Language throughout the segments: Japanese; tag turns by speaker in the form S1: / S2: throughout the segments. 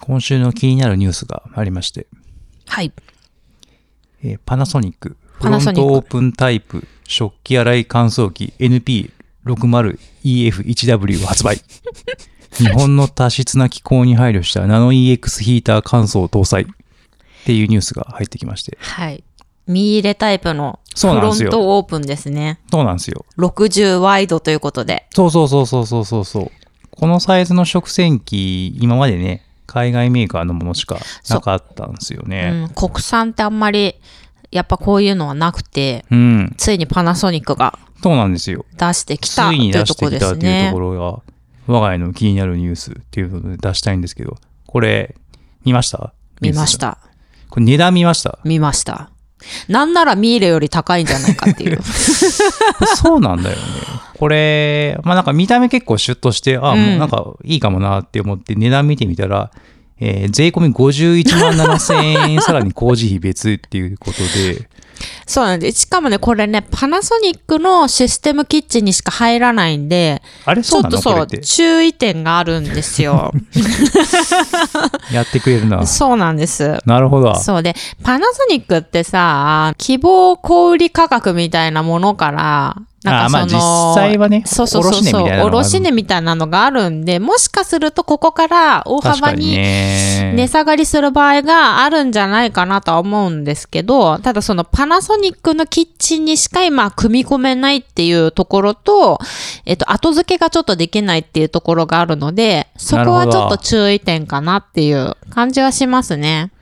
S1: 今週の気になるニュースがありまして、
S2: はい。
S1: えーパナソニック、フ
S2: パ
S1: ロ
S2: ナソ
S1: ン
S2: ニック
S1: トオープンタイプ食器洗い乾燥機 NP60EF1W を発 売。日本の多湿な気候に配慮したナノ EX ヒーター乾燥搭載っていうニュースが入ってきまして。
S2: はい。見入れタイプのフ
S1: そうなん
S2: ロ
S1: です
S2: ン
S1: よ
S2: トオープンですね。
S1: そうなんですよ。
S2: 60ワイドということで。
S1: そうそうそうそうそうそうそう。このサイズの食洗機、今までね、海外メーカーのものしかなかったんですよね。
S2: うん、国産ってあんまり、やっぱこういうのはなくて、
S1: うん。
S2: ついにパナソニックが
S1: そうなんですよ。
S2: 出してき
S1: つ
S2: たと
S1: い
S2: い
S1: に
S2: う
S1: 出し
S2: と
S1: て
S2: ころ
S1: き
S2: で
S1: た
S2: す
S1: っていう
S2: ね
S1: とこ。ろが、我が家の気になるニュースっていうので出したいんですけど、これ、見ました
S2: 見まし。た。
S1: ニュースこれ値段見ました
S2: 見ました。なんならミーレより高いんじゃない かっていう。
S1: そうなんだよね。 これ、まあなんか見た目結構シュッとして、あ、もうなんかいいかもなって思って値段見てみたら、えー税込み51万7000円、さらに工事費別っていうことで、
S2: そうなんです。しかもね、これね、パナソニックのシステムキッチンにしか入らないんで、
S1: あれ
S2: ち
S1: そ
S2: ょ
S1: う
S2: っ
S1: な
S2: と
S1: のこれ
S2: そ
S1: っ
S2: う、
S1: て。
S2: 注意点があるんで すよ。
S1: やってくれるな。
S2: そうなんです。
S1: なるほど。
S2: そうで、パナソニックってさ、希望小売価格みたいなものから、なんか
S1: あ
S2: その、
S1: まあ実際はね
S2: そうそうそう
S1: 卸値みた
S2: そう、
S1: いなのがある
S2: 卸値みたいなのがあるんで、もしかするとここから大
S1: 確
S2: 幅
S1: かに
S2: に
S1: ね。
S2: 値下がりする場合があるんじゃないかなとは思うんですけど、ただそのパナソニックのキッチンにしか今組み込めないっていうところと、えっと、後付けがちょっとできないっていうところがあるので、そこ
S1: な
S2: は
S1: るほ
S2: ち
S1: ど
S2: ょっと注意点かなっていう感じはしますね。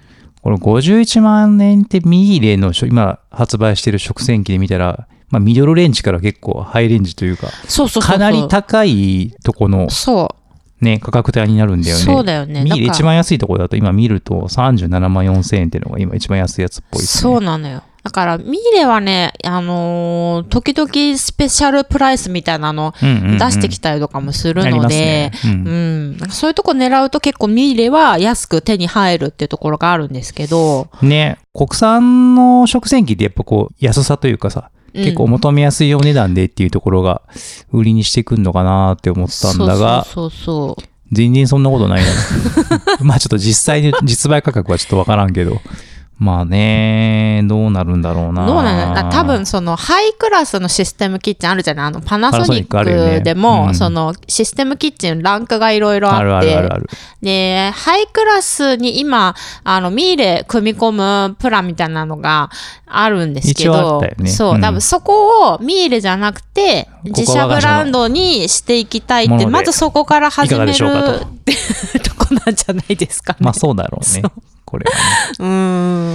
S1: この51万円ってミーレのしょ今発売してる食洗機で見たら、まあ、ミドルレンジから結構ハイレンジというか、
S2: そうそうそうそ
S1: か
S2: う。
S1: なり高いとこの
S2: そ
S1: ね、価格帯になるんだよね。
S2: そうだよね
S1: ミーレ
S2: だから
S1: 一番安いところだと今見ると37万4千円っていうのが今一番安いやつっぽ
S2: う。
S1: いです
S2: そ
S1: ね。
S2: うなのよ。だから、ミーレはね、あのー時々スペシャルプライスみたいなの
S1: うんうんうん
S2: 出してきたりとかもする
S1: なり
S2: の
S1: ます
S2: で
S1: ね、うん
S2: うん、なんかそういうとこ狙うと結構ミーレは安く手に入るっていうところがあるんですけど、
S1: ね、国産の食洗機ってやっぱこう安さというかさ、
S2: うん
S1: 結構求めやすいお値段でっていうところが売りにしてくんのかなって思ったんだが、
S2: そうそうそう
S1: 全然そんなことないな。 まあちょっと実際に実売価格はちょっとわからんけど。まあね、どうなるんだろう
S2: そう。
S1: な。
S2: どうなんだろう多分そのハイクラスのシステムキッチンあるじゃないあのパナ
S1: パ
S2: ソニ
S1: ナソニックあるよ
S2: ッ
S1: ね
S2: クでも、
S1: うん
S2: そのシステムキッチンランクがいろいろあっ
S1: あ
S2: て、
S1: るあるあるある。
S2: で、ハイクラスに今、あの、ミーレ組み込むプランみたいなのがあるんですけ
S1: 一応あっ
S2: ど、
S1: たよね
S2: そうう、
S1: ん
S2: 多分そこをミーレじゃなくて、自
S1: ここは
S2: 社
S1: 我が社の
S2: ブランドにしていきたい
S1: も
S2: っ
S1: の
S2: て、
S1: で
S2: まずそこから始める
S1: いかがでしょうかと
S2: っていう とこなんじゃないですかね。
S1: まあそうだろうね。これは
S2: うーん。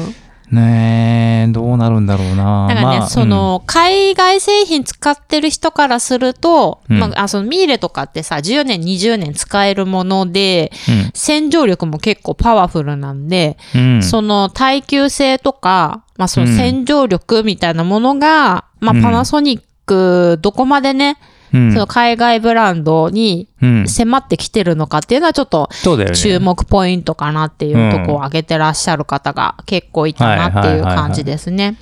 S1: ね。ねえ、どうなるんだろうな。
S2: だからね、
S1: まあ、
S2: その、海外製品使ってる人からすると、
S1: うん
S2: まあ、あそのミーレとかってさ、10年、20年使えるもので、
S1: うん、
S2: 洗浄力も結構パワフルなんで、
S1: うん、うん。
S2: その耐久性とか、まあ、その
S1: うん
S2: 洗浄力みたいなものが、ま
S1: うん
S2: あ、パナソニックどこまでね、
S1: うん
S2: その海外ブランドに
S1: うん
S2: 迫ってきてるのかっていうのはちょっと
S1: そうだよね。
S2: 注目ポイントかなっていうとこを挙げてらっしゃる方が結構いたなっていう感じですね。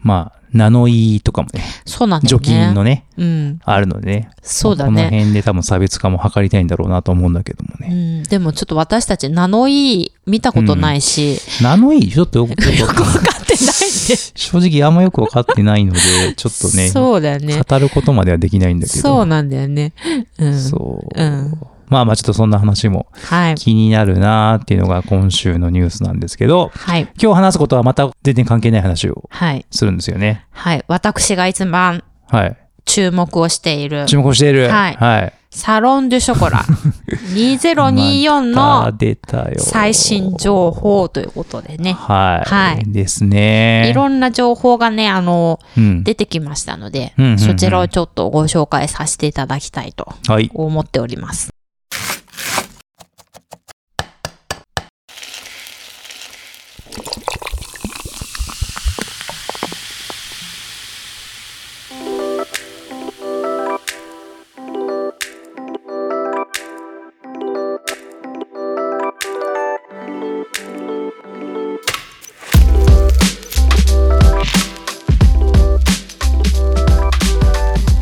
S1: まあ、ナノイーとかもね、
S2: そうなんだよ
S1: 除
S2: ね。
S1: 菌のね、
S2: うん。
S1: あるのでね。
S2: そうだ
S1: この
S2: ね。
S1: 辺で多分差別化も図りたいんだろうなと思うんだけども
S2: う
S1: ね。
S2: ん、でもちょっと私たちナノイー見たことないし、
S1: ナノイー、ちょっとよく、よく
S2: 分かってないんで。
S1: 正直あんまよくわかってないので、ちょっとね、
S2: そうだよね。
S1: 語ることまではできないんだけど。
S2: そうなんだよね。うん。
S1: そう
S2: うん
S1: まあまあちょっとそんな話も
S2: はい。
S1: 気になるなーっていうのが今週のニュースなんですけど、
S2: はい。
S1: 今日話すことはまた全然関係ない話を
S2: はい。
S1: するんですよね。
S2: はい。私が一番
S1: はい。
S2: 注目をしている、
S1: 注目している。
S2: はいサロン・デュ・シ ョコラ2024
S1: あ
S2: の
S1: ー出たよ。
S2: 最新情報ということでね。
S1: はい。
S2: はい
S1: ですね。
S2: いろんな情報がね、あの、
S1: うん。
S2: 出てきましたので
S1: うんうんうん、
S2: そちらをちょっとご紹介させていただきたいと
S1: はい。
S2: 思っております。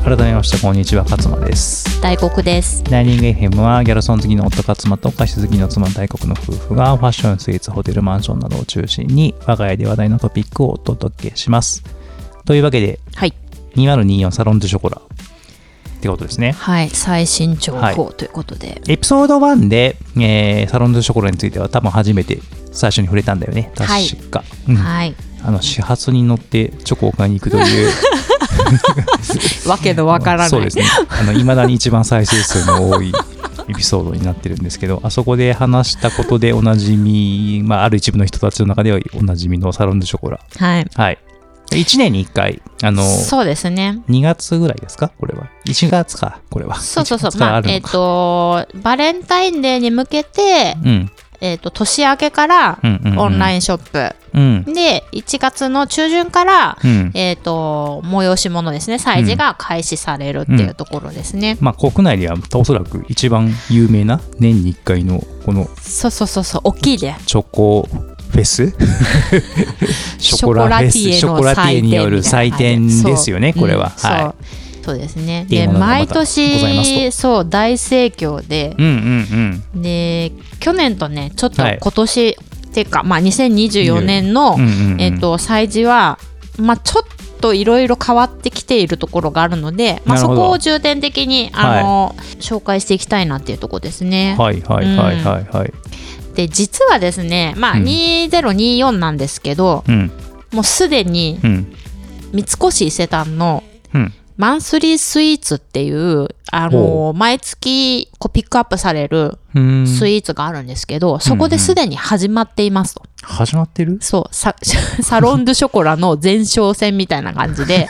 S1: 改めまして、こんにちは、勝間です。
S2: 大黒です。
S1: ダイニング FM はギャルソン好きの夫か妻と菓子好きの妻大国の夫婦がファッション、スイーツ、ホテル、マンションなどを中心に我が家で話題のトピックをお届けします。というわけで
S2: はい。
S1: 2024サロンドゥショコラってことですね。
S2: はい。最新情
S1: はい
S2: 報ということで。
S1: エピソード1で、えーサロンドゥショコラについては多分初めて最初に触れたんだよね。
S2: はい
S1: 確か。うん
S2: はい。
S1: あの始発に乗ってチョコを買いに行くと いう
S2: わけのわからない。
S1: そうですねいまだに一番再生数の多いエピソードになってるんですけどあそこで話したことでおなじみ、まあ、ある一部の人たちの中ではおなじみのサロン・ドゥ・ショコラ
S2: はい。
S1: はい1年に1回あの
S2: そうですね。
S1: 2月ぐらいですかこれは1月かこれは
S2: そうそうそう
S1: 1。月から
S2: まあ
S1: あ、る
S2: えっ、
S1: のか
S2: と、バレンタインデーに向けて、
S1: うん
S2: えっ、と、年明けから
S1: うんうんうん
S2: オンラインショッ
S1: うん
S2: プ。で、1月の中旬から、
S1: うん
S2: えっ、と、催し物ですね、催事が開始されるっていうところですね。
S1: まあ国内ではおそらく一番有名な年に1回のこの
S2: そうそうそうそう、大きいね。
S1: チョコフェ スショコラフェス
S2: シ
S1: シ
S2: ョ
S1: ョ
S2: コ
S1: コ
S2: ラ
S1: ラ
S2: テ
S1: ティ
S2: ィエ
S1: エ
S2: の
S1: による
S2: 祭
S1: 祭典
S2: 典みたいな
S1: ですよね
S2: そう
S1: これは、
S2: うん
S1: は
S2: そうそうですね。
S1: ってい
S2: で、
S1: うものがまたご
S2: 毎
S1: ざいます
S2: 年、
S1: と
S2: そう、大盛況
S1: い、
S2: で
S1: うんうん
S2: で、去年とね、ちょっと
S1: はい
S2: 今年、っていうか、まあ、2024年の、
S1: うんうんうんうん
S2: えっ、と、催事は、まあ、ちょっといろいろ変わってきているところがあるので、まあ、
S1: な
S2: そ
S1: るほど
S2: こを重点的に、あの、紹介していきたいなっていうところですね。
S1: はいはいはいはいはい
S2: で、実はですね、まあ、
S1: うん
S2: 2024なんですけど、
S1: うん
S2: もうすでに、
S1: うん
S2: 三越伊勢丹の
S1: うん
S2: マンスリースイーツっていう、あの
S1: ほ
S2: 毎月こうピックアップされる
S1: うん
S2: スイーツがあるんですけど、そこですでに始まっていますと。
S1: 始まってる
S2: そう、サ サロンドゥショコラの前哨戦みたいな感じで、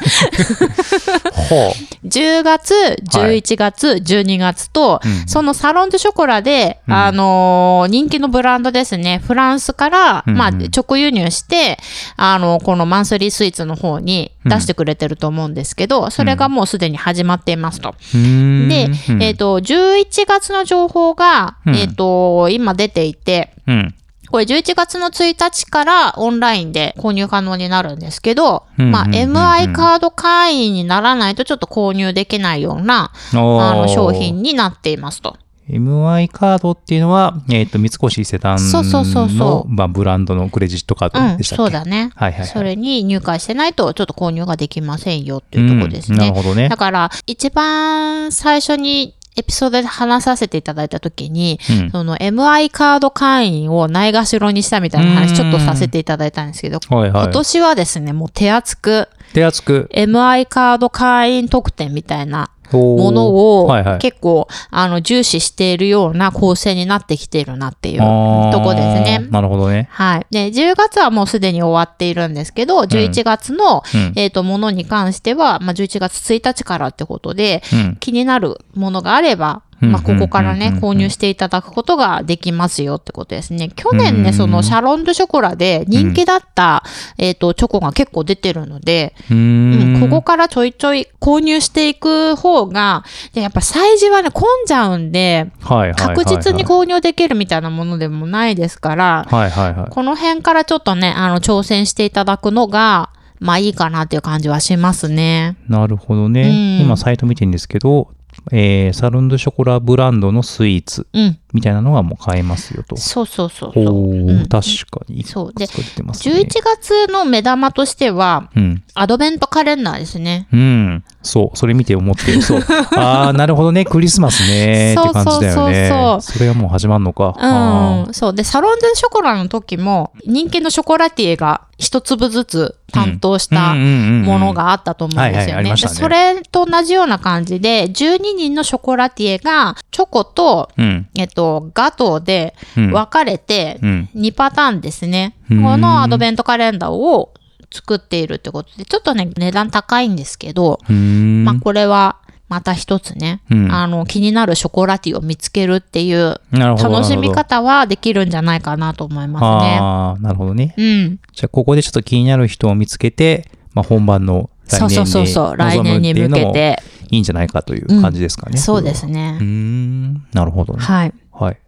S1: ほ
S2: 10月、11月、12月と、
S1: うん
S2: そのサロンドゥショコラで、
S1: うん
S2: あのー人気のブランドですね、フランスから、
S1: うんうん
S2: まあ、直輸入して、あのこのマンスリースイーツの方に出してくれてると思うんですけど、それがもうすでに始まっていますと。
S1: ううん
S2: で、
S1: うん
S2: えっ、と、11月の情報が、
S1: うん
S2: えっ、と、今出ていて、
S1: うん
S2: これ11月の1日からオンラインで購入可能になるんですけど、
S1: うん
S2: まあ、
S1: うんうんうん
S2: MI カード会員にならないとちょっと購入できないような、あの、商品になっていますと。
S1: MI カードっていうのは、えっと三越伊勢丹の
S2: そうそうそうそう
S1: まあ、ブランドのクレジットカ
S2: う
S1: ード
S2: ん、
S1: でしたっけ、
S2: そうだね。
S1: はいはいはい
S2: それに入会してないとちょっと購入ができませんよっていうところですね。
S1: うんなるほどね
S2: だから、一番最初にエピソードで話させていただいたときに、
S1: うん
S2: その MI カード会員をないがしろにしたみたいな話ちょっとさせていただいたんですけど、
S1: はいはい
S2: 今年はですね、もう手厚く
S1: 手厚く
S2: MI カード会員特典みたいなも
S1: も
S2: のを
S1: はいはい、
S2: 結構あの重視しているような構成になってきているなっていう
S1: あー
S2: とこですね。
S1: なるほどね
S2: はい。で、10月はもうすでに終わっているんですけど、11月の、
S1: うん
S2: えっ、と、ものに関しては、まあ、11月1日からってことで、
S1: うん
S2: 気になるものがあれば、
S1: うん
S2: まあ、ここからね
S1: う、ん
S2: 購入していただくことができますよってことですね。去年ね、そのシャロンドゥショコラで人気だった、えっ、と、チョコが結構出てるので、
S1: うーん
S2: うんここからちょいちょい購入していく方が、でやっぱ催事はね、混んじゃうんで、
S1: はいはいはいはい
S2: 確実に購入できるみたいなものでもないですから、
S1: はいはいはい
S2: この辺からちょっとね、あの、挑戦していただくのが、まあいいかなっていう感じはしますね。
S1: なるほど
S2: う
S1: ね。
S2: ん
S1: 今、サイト見てるんですけど、えーサロンドゥショコラブランドのスイーツ
S2: うん。
S1: みたいなのがもう買えますよと。
S2: そうそうそう
S1: お
S2: そう。
S1: お
S2: うん
S1: ー、確かに。
S2: そう
S1: いくつか出てますね
S2: 11月の目玉としては、
S1: うん。
S2: アドベントカレンダーですね。
S1: うん。そう、それ見て思って、 そう。ああ、なるほどね。クリスマスね。って感じだよね。
S2: そうそうそう
S1: それがもう始まるのか。あ
S2: うん。そう。で、サロンドゥショコラの時も、人気のショコラティエが一粒ずつ担当し
S1: ー
S2: た
S1: うんうんうんうん
S2: ものがあったと思うんで
S1: はい
S2: す
S1: はい
S2: よ
S1: あり
S2: ね。で
S1: ましたね
S2: それと同じような感じで、12人のショコラティエが、チョコと、
S1: うん。
S2: えっと、ガトーで
S1: うん。
S2: 分かれて、
S1: うん。
S2: 2パターンですね。
S1: うん
S2: このアドベントカレンダーを作っているってことで、ちょっとね、値段高いんですけど、
S1: うーん
S2: まあこれはまた一つね、
S1: うん
S2: あの、気になるショコラティを見つけるっていう
S1: なるほど。
S2: 楽し
S1: なる
S2: み
S1: ほど
S2: 方はできるんじゃないかなと思いま
S1: ああ、なるほどね
S2: す。ね。うん。
S1: じゃあ、ここでちょっと気になる人を見つけて、まあ、本番の来
S2: そ
S1: 年
S2: う
S1: に
S2: そうそうそう、来年に向
S1: 臨
S2: け
S1: むっていうのも
S2: て。
S1: いいんじゃないかという感じですかね。
S2: そうで
S1: ね。
S2: す
S1: う
S2: ね
S1: ー。ん、なるほどね。
S2: はい。
S1: はい。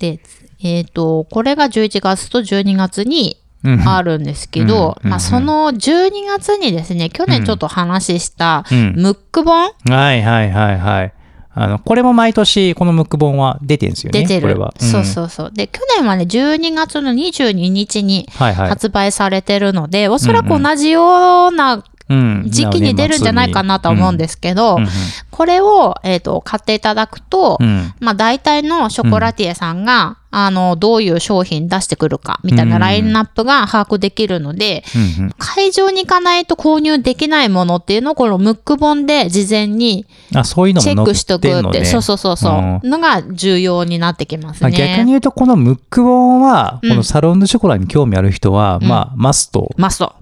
S2: で、えっ、と、これが11月と12月に
S1: うん
S2: あるんですけど、
S1: うん
S2: ま
S1: う
S2: あ
S1: ん
S2: その12月にですね、去年ちょっと話した
S1: うん
S2: ムック本、
S1: はいはいはいはい。あの、これも毎年このムック本は出てるんですよね。
S2: 出て
S1: これ
S2: る
S1: は。。ん
S2: そうそうそう。で、去年はね、12月の22日に
S1: はいはい。
S2: 発売されてるので、おそらく同じような
S1: うん
S2: 時期に出るんじゃないかなとは思うんですけど、
S1: うん
S2: これを、えっ、と、買っていただくと、
S1: うんうん
S2: まあ大体のショコラティエさんが、あの、どういう商品出してくるか、みたいなラインナップが把握できるので、
S1: うんうん
S2: 会場に行かないと購入できないものっていうのを、このムック本で事前に
S1: あ、そういうのも
S2: チェックしとく
S1: 載てん
S2: っ
S1: の
S2: て、
S1: ね
S2: そうそうそうそう、のが重要になってきます
S1: まあ
S2: ね。
S1: 逆に言うと、このムック本は、
S2: うん
S1: このサロンドショコラに興味ある人は、まあ、マスト
S2: マスト。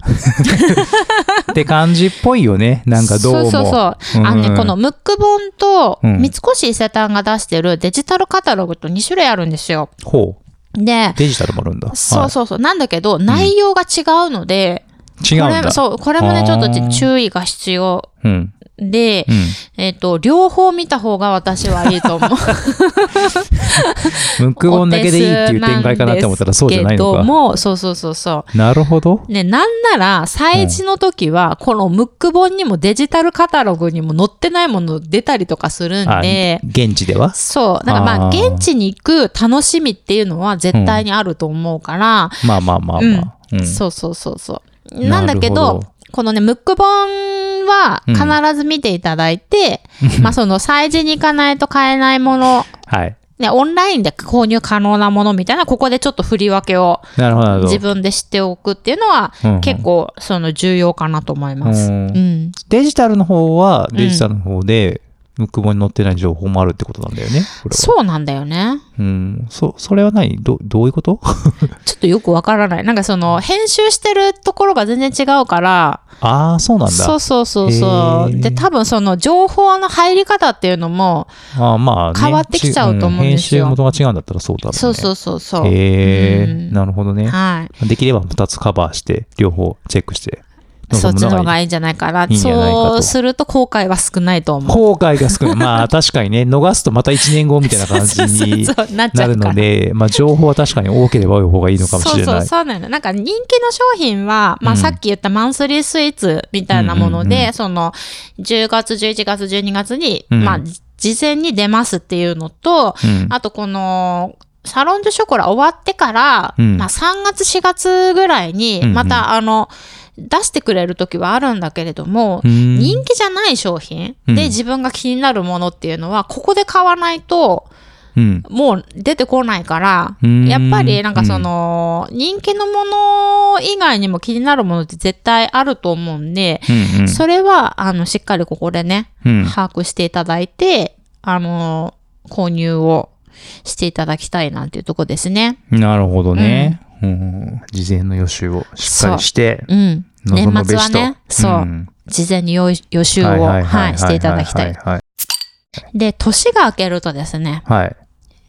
S1: って感じっぽいよね。なんかどうも。
S2: そうそうそう。
S1: うん
S2: あのね、このムック本と、
S1: うん
S2: 三越伊勢丹が出してるデジタルカタログと2種類あるんですよ。
S1: ほう。
S2: で、
S1: デジタルもあるんだ。
S2: そうそうそう。なんだけど、内容が違うので、
S1: はい違
S2: こ
S1: うん
S2: れ
S1: だ。
S2: そう、これもね、ちょっと
S1: あー
S2: ち注意が必要
S1: うん。
S2: で、
S1: う
S2: えっ、と、両方見た方が私はいい と思う。
S1: ん。ムック本だけでいいっていう展開かなって思ったらそうじゃないの
S2: お手数んですけど
S1: か。
S2: も、そうそうそうそ
S1: なるほど。
S2: う。ね、なんなら、催事の時は、このムック本にもデジタルカタログにも載ってないもの出たりとかするん
S1: あ、
S2: で、
S1: 現地では
S2: そう。だからまあ、
S1: あー
S2: 現地に行く楽しみっていうのは絶対にあると思うから、
S1: まあまあまあ
S2: うん
S1: まあ。うん。
S2: そうそうそうそう。
S1: な
S2: な
S1: るほど
S2: んだけど、このね、ムック本は必ず見ていただ いて、まあその、催事に行かないと買えないもの、
S1: はい。
S2: ね、オンラインで購入可能なものみたいな、ここでちょっと振り分けを
S1: なるほどなるほど。
S2: 自分でしておくっていうのは
S1: うんうん、
S2: 結構、その、重要かなと思います。
S1: う
S2: うんん。
S1: デジタルの方は、デジタルの方で、ムック本に載ってない情報もあるってことなんだよね。これは
S2: そうなんだよね。
S1: うん。そ、それは何ど、どういうこと
S2: ちょっとよくわからない。なんかその、編集してるところが全然違うから、
S1: ああ、そうなんだ。
S2: そうそうそうそ
S1: へー
S2: う。で、多分その情報の入り方っていうのも、
S1: あーまあね、
S2: 変わってきちゃうと思うんですよ
S1: 編集元が違うんだったらそうだろうね。
S2: そうそうそうそう。
S1: へえ、
S2: うん
S1: なるほどね。
S2: は
S1: できれば2つカバーして、両方チェックして。
S2: い。そっちの方
S1: い
S2: が
S1: い。
S2: いいんじゃないかな。
S1: いいんじゃないかと
S2: そうすると後悔は少ないと思う。
S1: 後悔が少ない。 まあ確かにね、逃すとまた1年後みたいな感じに
S2: そうそうそうなっち
S1: な
S2: ゃ
S1: る
S2: うから
S1: ので、まあ情報は確かに多ければ多い方がいいのかもしれ
S2: そうそ
S1: な
S2: う
S1: い。
S2: そうなの。なんか人気の商品は、ま
S1: うん
S2: あさっき言ったマンスリースイーツみたいなもので、
S1: うんうん
S2: その10月、11月、12月に、
S1: うん
S2: まあ事前に出ますっていうのと、
S1: うん
S2: あとこの、サロンジュショコラ終わってから、
S1: うん
S2: まあ3月4月ぐらいに
S1: うんうん、
S2: またあの、出してくれる時はあるんだけれども、
S1: うん
S2: 人気じゃない商品
S1: うん
S2: で自分が気になるものっていうのは、ここで買わないと、
S1: うん。
S2: もう出てこないから
S1: う、ん
S2: やっぱりなんかその、人気のもの以外にも気になるものって絶対あると思うんで、
S1: うんうん
S2: それは、あの、しっかりここでね、
S1: うん
S2: 把握していただいて、あの、購入をしていただきたいなんていうとこですね。
S1: なるほどね、うん事前の予習をしっかりして、
S2: うん。年
S1: 望むべ
S2: 末は
S1: しと
S2: ね、そう、
S1: ん
S2: 事前に予予習を、はい、していただきたい。
S1: はい。
S2: で、年が明けるとですね、
S1: はい。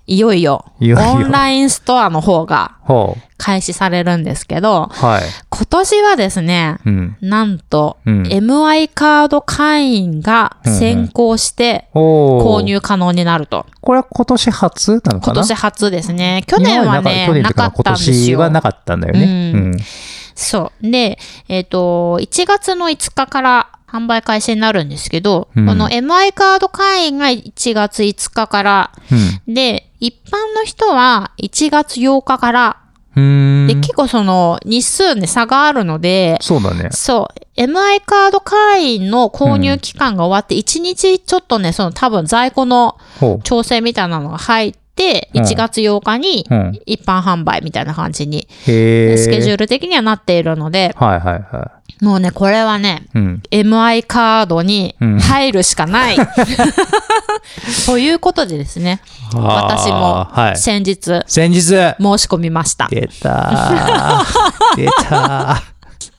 S2: いよいよ、
S1: いよいよ
S2: オンラインストアの方が
S1: ほう。
S2: 開始されるんですけど、
S1: はい。
S2: 今年はですね、
S1: うん。
S2: なんと、
S1: うん
S2: MI カード会員が先行して
S1: おー
S2: 購入可能になると。
S1: これは今年初なのかな
S2: 今年初ですね。去年はね、
S1: 去年
S2: な
S1: と
S2: か
S1: か
S2: っ
S1: 今
S2: たんです
S1: 年
S2: よ。
S1: はなかったんだよね。う。
S2: うんそう。で、えっ、と、1月の5日から販売開始になるんですけど、
S1: うん
S2: この MI カード会員が1月5日から、で、一般の人は1月8日から、
S1: うん。う
S2: で、
S1: ーん。
S2: 結構その日数ね、差があるので、
S1: そうだね。
S2: そう。MI カード会員の購入期間が終わって、1日ちょっとね、その多分在庫の
S1: ほ
S2: 調整みたいなのが入って、
S1: うん
S2: 1月8日に
S1: う。うん。
S2: 一般販売みたいな感じに、
S1: へえ。
S2: スケジュ
S1: ー
S2: ール的にはなっているので、
S1: ル。はいはいは
S2: もうね、これはね、
S1: い。うん。
S2: MI カードに
S1: うん
S2: 入るしか ない。ということでですね、私
S1: あーは
S2: も
S1: い。
S2: 先日申
S1: 先日
S2: し込みました。
S1: 出た ー出たー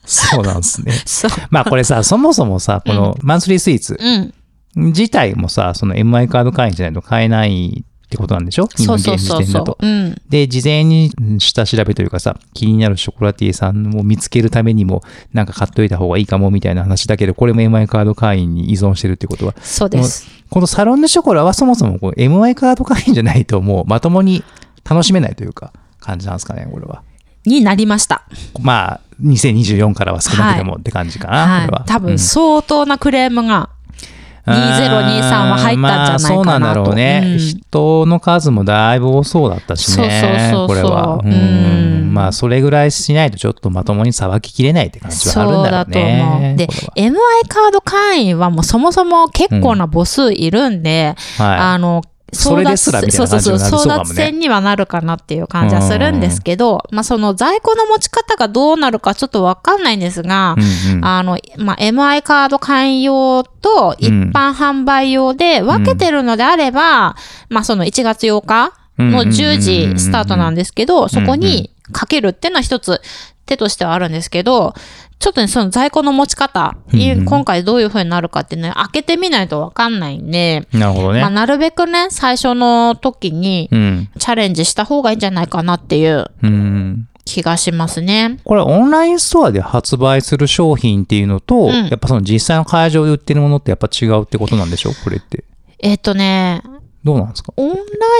S1: そうなんですね。
S2: そう。
S1: まあこれさ、そもそもさ、このマンスリースイーツ
S2: うん。
S1: 自体もさ、その MI カード会員じゃないと買えないってことなんでしょ
S2: そうそうそ
S1: 現時
S2: う
S1: 点
S2: そ
S1: だと
S2: う。うん。
S1: で、事前にうん下調べというかさ、気になるショコラティエさんを見つけるためにも、なんか買っといた方がいいかもみたいな話だけど、これも MI カード会員に依存してるってことは、
S2: そうです。
S1: このサロンのショコラはそもそもこう MI カード会員じゃないともうまともに楽しめないというか、感じなんですかね、これは。
S2: になりました。
S1: まあ、2024からは少なくてもって感じかな、
S2: は。。
S1: これはい
S2: 多
S1: うん
S2: 分相当なクレームが2023は入ったんじゃないかなと。
S1: まあ、そうなんだろうね、
S2: うん
S1: 人の数もだいぶ多そうだったしね。
S2: そうそうそうそう
S1: これは。うん
S2: うん
S1: まあ、それぐらいしないとちょっとまともにさばききれないって感じはあるん
S2: そう
S1: だろ
S2: だ
S1: う
S2: と思
S1: ね
S2: う。。で、MI カード会員はもうそもそも結構な母数いるんで、
S1: これははい、
S2: あの、
S1: それですらみたいな感じになりそうだもんね
S2: 争奪戦にはなるかなっていう感じはするんですけど、まあその在庫の持ち方がどうなるかちょっとわかんないんですが、
S1: うんうん
S2: あの、まあ、MI カード会員用と一般販売用で分けてるのであれば、まあ、その1月8日の
S1: うんうんうんうんうん
S2: 10時スタートなんですけど、そこにかけるっていうのは一つ手としてはあるんですけど、ちょっとね、その在庫の持ち方、い今回どういう風になるかってね、開けてみないと分かんないんで、
S1: なるほどね。
S2: まあ、なるべくね、最初の時に
S1: うん。
S2: チャレンジした方がいいんじゃないかなっていう
S1: うん。
S2: 気がしますね。
S1: これオンラインストアで発売する商品っていうのと、やっぱその実際の会場で売ってるものってやっぱ違うってことなんでしょこれって。
S2: えっ、とね、
S1: どうなんですか
S2: オンラ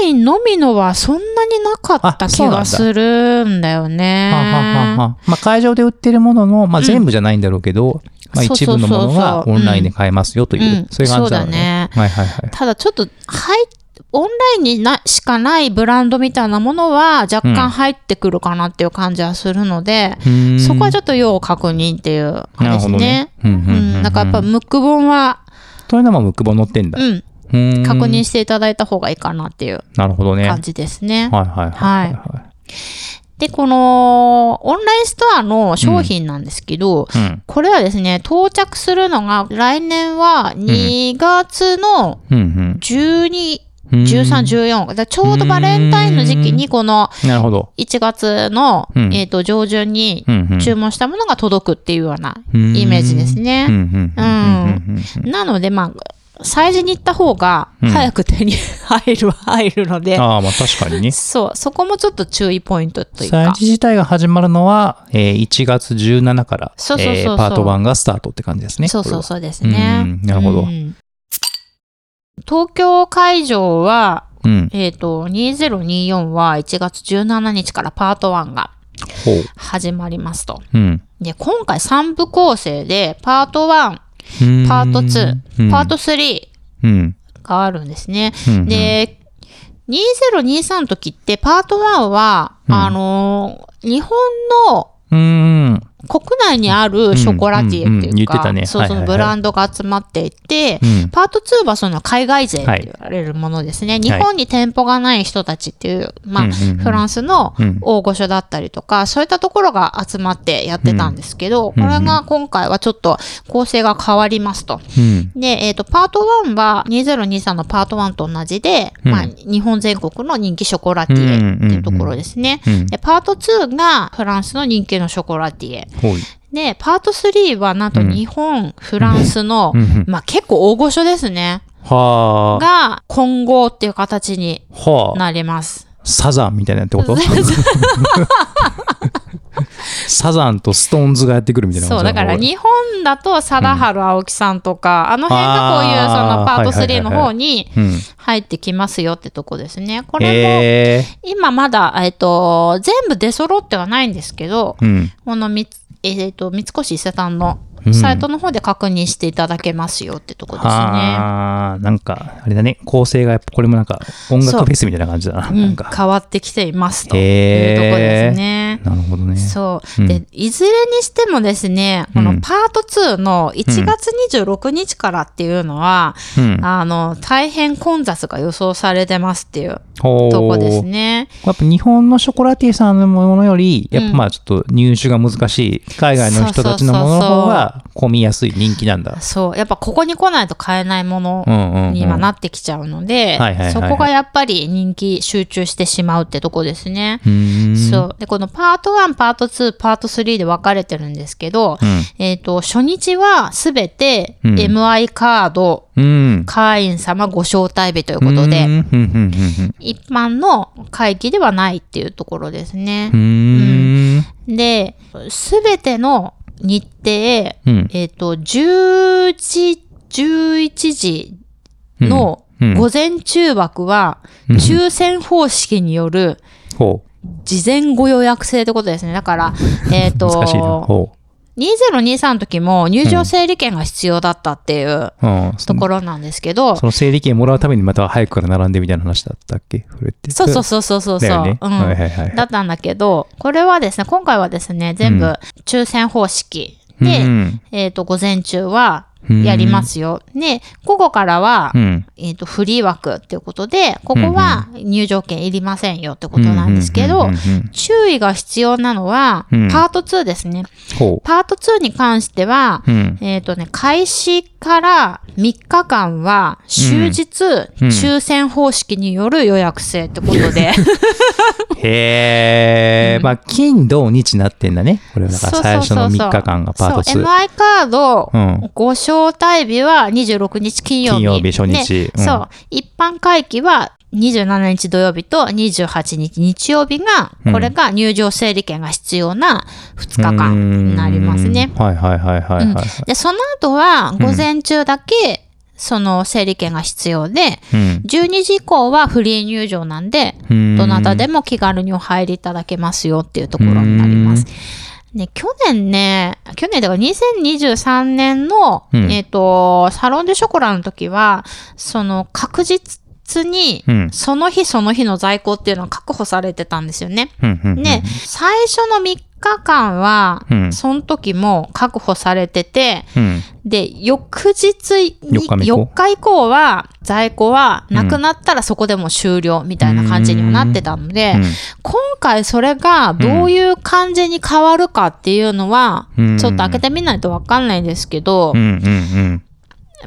S2: インのみのはそんなになかった
S1: あ
S2: 気
S1: そうなん
S2: が
S1: だ
S2: するんだよね。
S1: はあはあはあまあ、会場で売ってるものの、まあ、全部じゃないんだろうけど、まあ、
S2: そうそう
S1: 一
S2: そう
S1: 部
S2: そう
S1: のものがオンラインで買えますよという、
S2: うん
S1: そういう感じなのね。はいはいはい。
S2: ただちょっと入っオンラインになしかないブランドみたいなものは若干入ってくるかなっていう感じはするので、
S1: うーん
S2: そこはちょっと要確認っていう
S1: な
S2: 感
S1: る
S2: じです
S1: ほどね
S2: ね。。
S1: うん
S2: う
S1: うんうん
S2: ん、だからやっぱムック本は、
S1: というのもムックボ載ってんだ。
S2: うん、
S1: うーん
S2: 確認していただいた方がいいかなっていう
S1: なるほどね。は
S2: 感
S1: い
S2: じですね。
S1: はいはいはいは
S2: で、このオンラインストアの商品なんですけど、
S1: い。うん
S2: これはですね、到着するのが来年は2月の
S1: うん
S2: 12、
S1: うん。うん
S2: 13、14だからちょうどバレンタインの時期にこの
S1: なるほど。
S2: 1月の、
S1: うん
S2: えー、と上旬に
S1: うんうん。
S2: 注文したものが届くっていうような
S1: うん
S2: イメージです
S1: うん
S2: ね。
S1: うんうんうん
S2: なのでまあ、催事に行った方が早く手に 入るは入るの
S1: う
S2: で
S1: ん。、ああ、まあ確かにね。
S2: そう、そこもちょっと注意ポイントという
S1: 催
S2: か。
S1: 事自体が始まるのは、えー1月17から、え
S2: そうそうそうそう
S1: ーパート1がスタートって感じですね。
S2: そうそう
S1: こ
S2: そうですね
S1: うん。なるほど
S2: うん東京会場は、
S1: れは。うん。
S2: えっ、と、2024は1月17日からパート1が
S1: ほう。
S2: 始まりますと。
S1: うん。
S2: で、今回3部構成で、パート1、パ
S1: パ
S2: ート2、パート
S1: 2
S2: 3
S1: うん
S2: があるんですね。
S1: うん
S2: で、2023の時って、パート1は、
S1: うん
S2: あのー日本の
S1: うん
S2: 国内にあるショコラティエって
S1: うんうんうん
S2: いう
S1: 言ってた
S2: か、
S1: ね
S2: そう
S1: はい
S2: そ
S1: はい
S2: の
S1: はい
S2: ブランドが集まっていて、
S1: うん
S2: パート2はその海外勢って言われるものですね。日本に店舗がない人たちっていう、まあ、
S1: うんうんうん
S2: フランスの
S1: うん
S2: 大御所だったりとか、そういったところが集まってやってたんですけど、こ
S1: うん
S2: れが今回はちょっと構成が変わりますと。
S1: うん
S2: で、えっ、と、パート1は2023のパート1と同じで、
S1: うん
S2: まあ、日本全国の人気ショコラティエっていうところですね。
S1: うん
S2: で、パート2がフランスの人気のショコラティエ。
S1: ほい
S2: で、パート3はなんと
S1: うん
S2: 日本、フランスの、
S1: うん
S2: まあ結構大御所ですね。
S1: はあ
S2: が混合っていう形に
S1: はあ
S2: なります。
S1: サザンみたいなってことサザンとストーンズがやってくるみたいな
S2: そう、だから
S1: に
S2: 日本だと貞治青木さんとか、あの辺がこういうそ
S1: あー
S2: のパート
S1: はいはい
S2: 3
S1: は
S2: の
S1: いはい
S2: 方に
S1: うん
S2: 入ってきますよってとこですね。これも
S1: ええ
S2: 今まだ、えっと、全部出揃ってはないんですけど、
S1: うん
S2: このみつ、えっと、三越伊勢丹のサイトの方で確認していただけますよってとこですね。
S1: はあなんかあれだね構成がやっぱこれもなんか音楽フェスみたいな感じだな
S2: う、
S1: なんんか
S2: 変わってきていますと
S1: へー
S2: いうところですね。
S1: なるほどね
S2: そう、
S1: うん
S2: で、いずれにしてもですね、こ
S1: う
S2: の
S1: ん
S2: パート2の1月26日からっていうのは、
S1: うん
S2: あの、大変混雑が予想されてますっていう
S1: ほう
S2: とこですね。
S1: やっぱ日本のショコラティエさんのものより、
S2: うん
S1: やっぱまあちょっと入手が難しい、海外の人たちのものの方が混みやすい人気なんだ。
S2: そう、やっぱここに来ないと買えないもの
S1: うんうん、うん。
S2: に今なってきちゃうので
S1: はいはいはいは、い
S2: そこがやっぱり人気集中してしまうってとこですね。
S1: うーん。
S2: そう。で、このパート1、パート2、パート3で分かれてるんですけど、えっ、と、初日はすべて
S1: うん
S2: MI カード、
S1: うん。うん。
S2: 会員様ご招待日ということ
S1: う
S2: で、
S1: んうんうんうん
S2: 一般の会議ではないっていうところですね
S1: う。ん。うーん。
S2: で、すべての日程、
S1: うん。
S2: えっ、と、10時、11時の
S1: うん
S2: 午前中枠は、
S1: うん
S2: 抽選方式による
S1: ほ
S2: 事前ご予約制ってことですね。だから、えっ、
S1: う。難しいな。
S2: と、
S1: ほ
S2: 2023の時も入場整理券が必要だったっていう
S1: うん。
S2: ところなんですけど、
S1: その整理券もらうためにまた早くから並んでみたいな話だったっけそれって。
S2: そうそうそうそうそうそう、
S1: だよね。
S2: う
S1: はい
S2: ん
S1: はいはい。
S2: だったんだけど、これはですね、今回はですね、全
S1: う
S2: 部抽選方式
S1: うん
S2: で、
S1: うん
S2: えっ、と、午前中はやりますよ。で、午後からは、
S1: うん。
S2: えっ、と、フリー枠っていうことで、ここは入場券いりませんよってことなんですけ
S1: う
S2: ど
S1: んうん、うんうん
S2: 注意が必要なのは、
S1: うん
S2: パート2ですね。
S1: ほ
S2: パート2に関しては、
S1: う。うん。
S2: えっ、とね、開始から3日間は、終日、抽選方式による予約制っ てことで、
S1: へえ、まあ、金、土、日なってんだね。これはだか
S2: そ
S1: ら
S2: う
S1: 最初の
S2: そうそう
S1: 3日間がパート
S2: そう、
S1: 2。
S2: MI カード、
S1: うん
S2: ご招待日は26日金曜日。
S1: 金曜日初日
S2: で
S1: うん
S2: そう、一般会期は27日土曜日と28日日曜日が、
S1: うん
S2: これが入場整理券が必要な2日間になりますね。
S1: うーん。はいはいはいはいはい。
S2: で、その後は午前中だけ、その整理券が必要で、
S1: うん。
S2: 12時以降はフリー入場なんで、
S1: うん
S2: どなたでも気軽にお入りいただけますよっていうところになります。ね、去年ね、去年だから2023年の、
S1: うん
S2: えっ、と、サロンデショコラの時は、その確実に
S1: うん、
S2: その日その日の在庫っていうのは確保されてたんですよね。
S1: うんうんうん
S2: ね、最初の3日間は、
S1: うん
S2: その時も確保されてて、
S1: うん。
S2: で、翌日に、
S1: 4日目以降
S2: 4日以降は、在庫はなくなったらそこでもう終了みたいな感じにはなってたので、
S1: うん
S2: 今回それがどういう感じに変わるかっていうのは、
S1: うん
S2: ちょっと開けてみないとわかんないんですけど
S1: う、んうん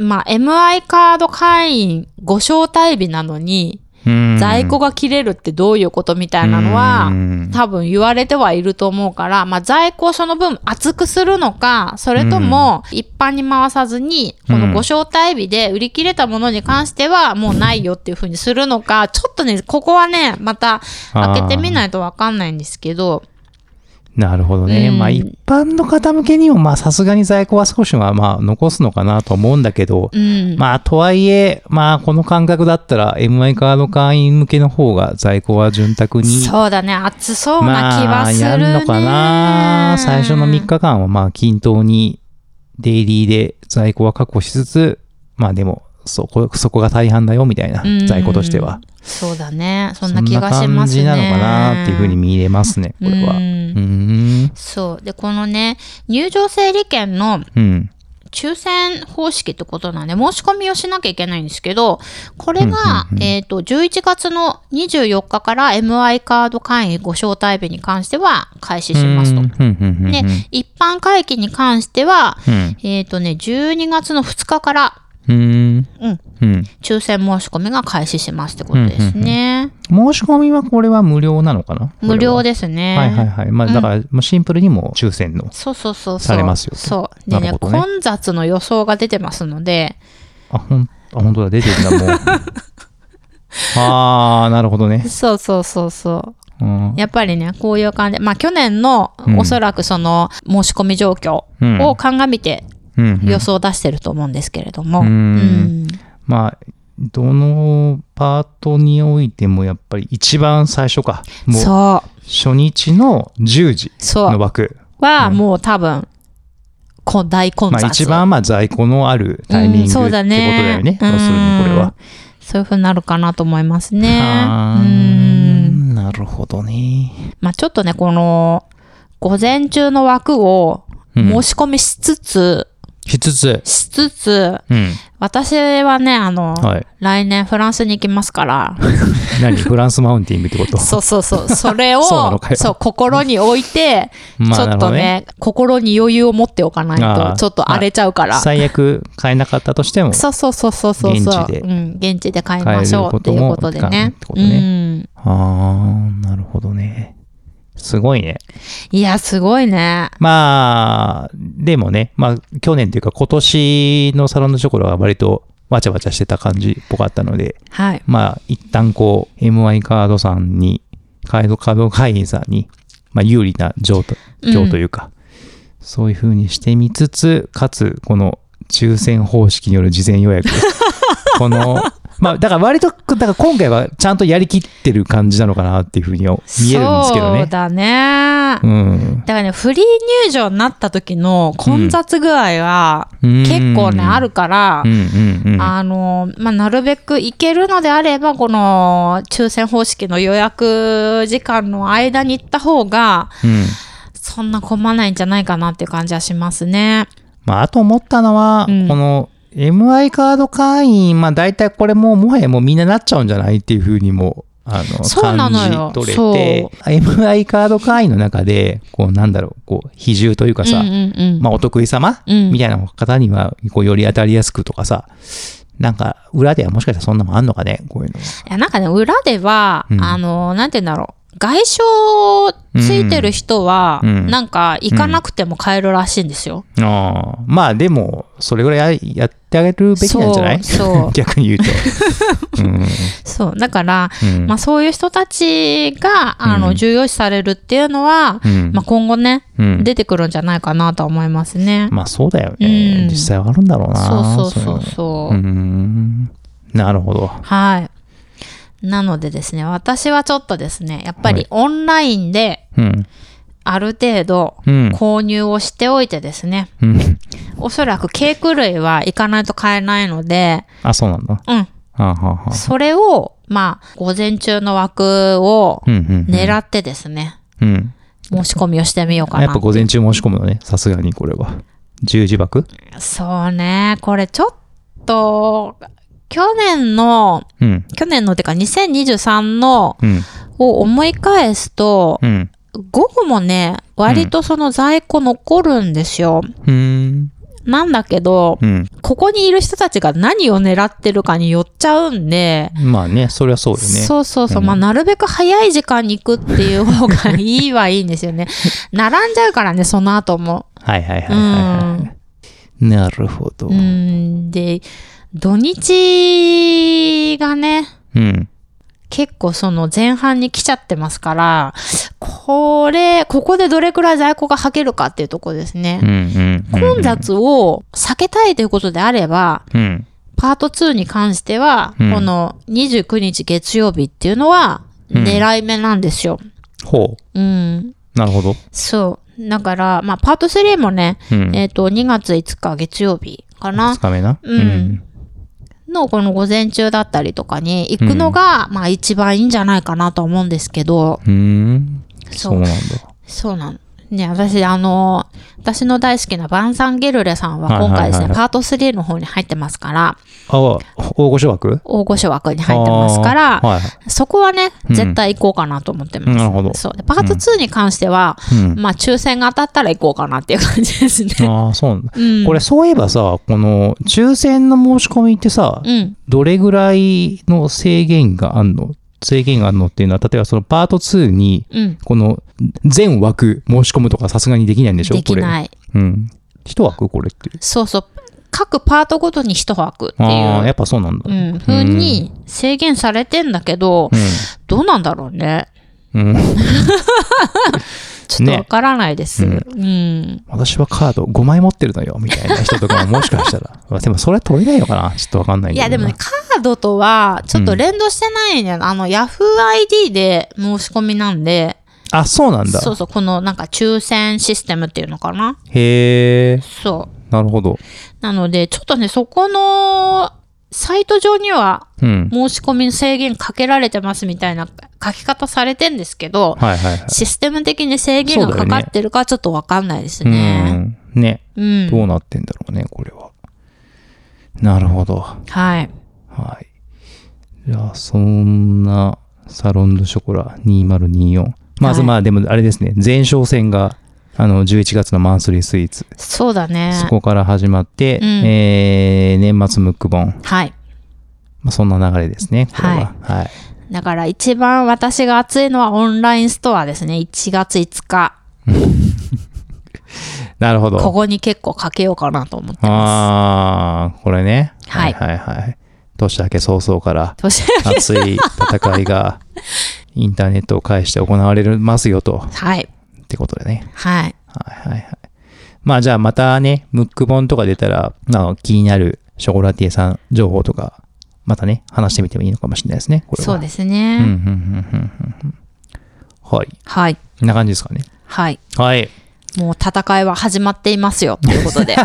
S2: まあ、MI カード会員ご招待日なの
S1: うん。
S2: に、
S1: うん
S2: 在庫が切れるってどういうことみたいなのは、多分言われてはいると思うから、まあ、在庫をその分厚くするのか、それとも一般に回さずに、
S1: うん
S2: このご招待日で売り切れたものに関してはもうないよっていうふうにするのか、ちょっとね、ここはね、また開けてみないとわかんないんですけど、
S1: なるほどね。
S2: うん
S1: まあ一般の方向けにも、まあさすがに在庫は少しはまあ残すのかなと思うんだけど、
S2: うん。
S1: まあとはいえ、まあこの感覚だったら MI カード会員向けの方が在庫は潤沢に。
S2: そうだね、暑そうな気
S1: ま
S2: は
S1: あ
S2: するね。
S1: やるのかな。最初の3日間はまあ均等にデイリーで在庫は確保しつつ、まあでもそこ、そこが大半だよみたいな
S2: うん
S1: 在庫としては。
S2: そうだね、そんな気が
S1: そ
S2: しますね。
S1: んな感じなのかなっていうふうに見入れますね、これは。
S2: う
S1: うんーん。
S2: そう。で、このね、入場整理券の
S1: うん。
S2: 抽選方式ってことなんで、申し込みをしなきゃいけないんですけど、これが、えっ、と、11月の24日から MI カード会員ご招待日に関しては開始しますと。
S1: うんうんうんうん
S2: で、一般会期に関しては、
S1: うん
S2: えっ、とね、12月の2日から、
S1: うん。
S2: うん、
S1: うん。
S2: 抽選申し込みが開始しますってことですね。
S1: 申し込みはこれは無料なのかな
S2: 無料
S1: で。
S2: ですね。
S1: はいはいはい。まあだから、もうシンプルにもう抽選の。
S2: そうそうそうそう。
S1: されますよと
S2: そう。で
S1: な
S2: ね
S1: るほどね
S2: 混雑の予想が出てますので、
S1: あ、ほん、あ、本当だ、出てるんだ、もう。あー、なるほどね。
S2: そうそうそうそう。
S1: うん。
S2: やっぱりね、こういう感じ。まあ去年の
S1: うん
S2: おそらくその申し込み状況
S1: うん
S2: を鑑みて
S1: うんうん
S2: 予想を出してると思うんですけれども。
S1: うん
S2: うん
S1: まあ、どのパートにおいても、やっぱり一番最初か。もう、
S2: そ
S1: 初日の10時
S2: う。そ
S1: の
S2: う。
S1: 枠。
S2: はもう多分、こ大混
S1: ま
S2: 雑。
S1: あ一番まあ在庫のあるタイミング
S2: うん
S1: ってこ
S2: そ
S1: と
S2: う
S1: だ
S2: だ
S1: よ
S2: ね
S1: ね。
S2: うん
S1: 要するにこれは。
S2: そういう風になるかなと思いますね。
S1: あ
S2: う
S1: ー
S2: ん。
S1: なるほどね。
S2: まあちょっとね、この、午前中の枠を
S1: うん
S2: 申し込みしつつ、
S1: しつつ、
S2: しつつ、
S1: うん。
S2: 私はね、あの、
S1: はい。
S2: 来年フランスに行きますから、
S1: 何フランスマウンティングってこと
S2: そうそうそう、それを、
S1: そうなのかよ
S2: そう心に置いて、
S1: まあ
S2: ちょっとね心に余裕を持っておかない
S1: あ
S2: と
S1: あ、
S2: ちょっと荒れちゃうから。
S1: 最悪買えなかったとしても、
S2: そうそうそうそうそう。
S1: 現地で
S2: うん、現地で買いましょうっていうことで
S1: 買える
S2: ね。
S1: こともってことああ、なるほどね。すごいね。
S2: うん。いや、すごいね。
S1: まあ、でもね、まあ、去年というか今年のサロンのショコラは割とわちゃわちゃしてた感じっぽかったので、
S2: はい。
S1: まあ、一旦こう、MI カードさんに、カードカード会員さんに、まあ、有利な状況
S2: うん
S1: 状というか、そういうふうにしてみ つつ、かつ、この抽選方式による事前予約、このまあ、だから割と、だから今回はちゃんとやりきってる感じなのかなっていうふうに見えるんですけど
S2: そう
S1: ね。
S2: だね。
S1: うん。
S2: だからね、フリー入場になった時の混雑具合は
S1: うん
S2: 結構ね、あるから
S1: うん、うんうん。
S2: あの、まあ、なるべく行けるのであれば、この抽選方式の予約時間の間に行った方が、
S1: うん。
S2: そんな混まないんじゃないかなっていう感じはしますね。
S1: まあ、あと思ったのは、
S2: うん
S1: この MI カード会員、まあ大体これもうもはやもうみんななっちゃうんじゃないっていうふうにも、あの、
S2: そうなのよ
S1: 感じ取
S2: そう
S1: れて、MI カード会員の中で、こうなんだろう、こう、比重というかさ、
S2: うんうんうん。
S1: まあお得意様、
S2: うん
S1: みたいな方には、こうより当たりやすくとかさ、なんか裏ではもしかしたらそんなもんあんのかね、こういうのは。
S2: いや、なんかね、裏では、
S1: うん
S2: あの、なんて言うんだろう。外傷ついてる人は、
S1: うん
S2: なんか行かなくても買えるらしいんですよ。
S1: ああまあでも、それぐらいややってあげるべきなんじゃない
S2: そうそう
S1: 逆 に言うと。うん
S2: そう。だから、
S1: うん
S2: まあそういう人たちが、あの、
S1: うん
S2: 重要視されるっていうのは、
S1: うん
S2: まあ今後ね、
S1: うん
S2: 出てくるんじゃないかなとは思いますね。
S1: まあそうだよね。
S2: うん
S1: 実際はあるんだろうな。
S2: そうそうそう
S1: れ
S2: そう。
S1: うーん。なるほど。
S2: はい。なのでですね、私はちょっとですね、やっぱ
S1: は
S2: り
S1: い
S2: オンラインで
S1: うん。
S2: ある程度
S1: うん。
S2: 購入をしておいてですね、
S1: うん。
S2: おそらくケーク類は行かないと買えないので、
S1: あ、そうなんだ。
S2: うん、
S1: はあ、はあはあ、
S2: それを、まあ、午前中の枠を
S1: うんうんうん。
S2: 狙ってですね、
S1: うん。
S2: 申し込みをしてみようか
S1: やっ
S2: な
S1: ぱ。午前中申し込むのね。さすがにこれは。十字枠
S2: そうね、これちょっと、去年の、
S1: うん。
S2: 去年のってか2023の
S1: うん。
S2: を思い返すと、
S1: うん。
S2: 午後もね、割とその在庫残るんですよ。
S1: うーん。
S2: なんだけど、
S1: うん。
S2: ここにいる人たちが何を狙ってるかによっちゃうんで、
S1: まあね、それはそうよね。
S2: そうそうそう、まあ、なるべく早い時間に行くっていう方がいいはいいんですよね。 並んじゃうからね、その後も。
S1: はいはいはいはい
S2: う
S1: は
S2: ん。
S1: い。なるほど。
S2: う
S1: うん。
S2: ん。で、土日がね、結構その前半に来ちゃってますから、これ、ここでどれくらい在庫がはけるかっていうところですね
S1: うん。うん。
S2: 混雑を避けたいということであれば、
S1: うん。
S2: パート2に関しては、
S1: うん
S2: この29日月曜日っていうのは、
S1: うん
S2: 狙い目なんですよ。
S1: ほ
S2: うん。
S1: う。なるほど。
S2: そう。だから、まあ、パート3もね、
S1: うん。
S2: えっ、と、2月5日月曜日かな
S1: つ、かめな。
S2: うんのこの午前中だったりとかに行くのが、まあ、一番いいんじゃないかなと思うんですけど、
S1: うん。うーん。
S2: そ
S1: そうな
S2: う、
S1: んだ。
S2: そうなの。ね、私、あの、私の大好きなバンサンゲルレさんは今回
S1: はいは
S2: ですね、
S1: いはいはい
S2: パート3の方に入ってますから、
S1: あ、大御所枠
S2: 大御所枠に入ってますから
S1: あ、ーはい。
S2: そこはね、
S1: うん
S2: 絶対行こうかなと思ってます。
S1: なるほど
S2: そうでパート2に関しては、
S1: うん。
S2: まあ、抽選が当たったら行こうかなっていう感じです ね。
S1: ああ、そうなんだ。
S2: うん。
S1: これ、そういえばさ、この抽選の申し込みってさ、
S2: うん。
S1: どれぐらいの制限があんの制限があんのっていうのは、例えばそのパート2に、
S2: うん。
S1: この全枠申し込むとかさすがにできないんでしょ
S2: でき
S1: い。
S2: ない。
S1: これうん。一枠これって。
S2: そうそう。各パートごとに一枠って
S1: ああ、や
S2: いう、
S1: っぱそうなんだ。
S2: うん、風に制限されてんだけど、どうなんだろうね。
S1: うん。うん。
S2: ちょっと
S1: ね
S2: わからないです。
S1: うん
S2: うん。
S1: 私はカード5枚持ってるのよ、みたいな人とかも もしかしたら。まあでもそれは取れないのかなちょっとわかんないん
S2: い
S1: だ
S2: や、
S1: け
S2: で
S1: ど
S2: も
S1: な
S2: ね、カードとは、ちょっと連動してないんだよ。あの、Yahoo ID で申し込みなんで、
S1: あ、そうなんだ。
S2: そうそう、このなんか抽選システムっていうのかな。
S1: へえ、
S2: そう。
S1: なるほど。
S2: なので、ちょっとね、そこの、サイト上には
S1: うん。
S2: 申し込みの制限かけられてますみたいな書き方されてんですけど、
S1: はいはいはい。
S2: システム的に制限がかかってるかちょっとわかんないですね。
S1: うん。ね。
S2: うん。
S1: どうなってんだろうね、これは。なるほど。
S2: はい。
S1: はい。じゃあ、そんなサロンドショコラ2024。まず、
S2: はい
S1: まあ、でもあれですね、前哨戦が、あの、11月のマンスリースイーツ。
S2: そうだね。
S1: そこから始まって、
S2: うん
S1: えー、年末ムック本。
S2: はい。
S1: まあ、そんな流れですね、これは。はい。
S2: だから一番私が熱いのはオンラインストアですね。1月5日。
S1: なるほど。
S2: ここに結構かけようかなと思ってま
S1: ああ、これね。
S2: はい
S1: はいはいはい。年明け早々から
S2: す。年明け
S1: 熱い戦いがインターネットを介して行われますよと。
S2: はい。
S1: ってことでね。
S2: はい。
S1: はいはいはい。まあじゃあまたね、ムック本とか出たら、まあ気になるショコラティエさん情報とか、またね、話してみてもいいのかもしれないですね、これは。。
S2: そうですす
S1: うん、うん、う
S2: ね。
S1: ん、うんうんうん。はい。
S2: はい。
S1: こんな感じですかね。
S2: はい。
S1: はい。
S2: もう戦いは始まっていますよ。というこ とで。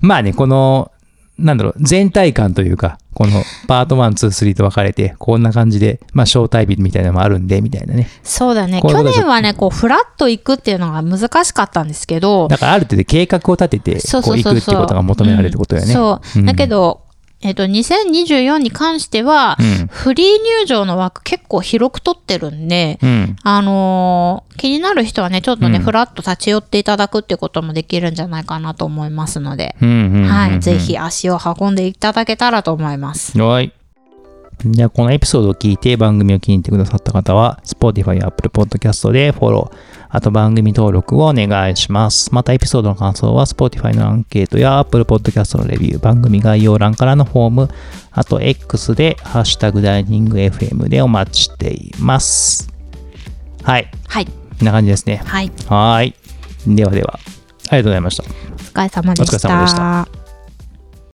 S1: まあね、この、なんだろう、全体感というか、このパート1、2、3と分かれて、こんな感じで、まあ、招待日みたいなのもあるんで、みたいなね。
S2: そうだね。
S1: こういう
S2: 去
S1: ことでしょ
S2: 年はね、こう、フラッと行くっていうのが難しかったんですけど、
S1: だから、ある程度計画を立てて、
S2: そう
S1: こ
S2: そう
S1: う、行
S2: そう
S1: くって
S2: そう。
S1: ことが求められるってことだよね。
S2: うんそう。だけど、えっと、2024に関しては、
S1: うん
S2: フリー入場の枠結構広く取ってるんで、
S1: うん。
S2: あのー気になる人はね、ちょっとね、
S1: うん
S2: ふらっと立ち寄っていただくってこともできるんじゃないかなと思いますので、
S1: うん。うん。うん
S2: はい、ぜ。ひ足を運んでいただけたらと思います。
S1: はい。じゃあ、このエピソードを聞いて番組を気に入ってくださった方は、Spotify や Apple Podcast でフォロー、あと番組登録をお願いします。またエピソードの感想は Spotify のアンケートや Apple Podcast のレビュー、番組概要欄からのフォーム、あと X で、ハッシュタグダイニング FM でお待ちしています。はい。
S2: はい、
S1: こんな感じですね。
S2: はい、
S1: はーい。ではでは、ありがとうございました。
S2: お疲れ様で
S1: お疲れ様でし
S2: したた。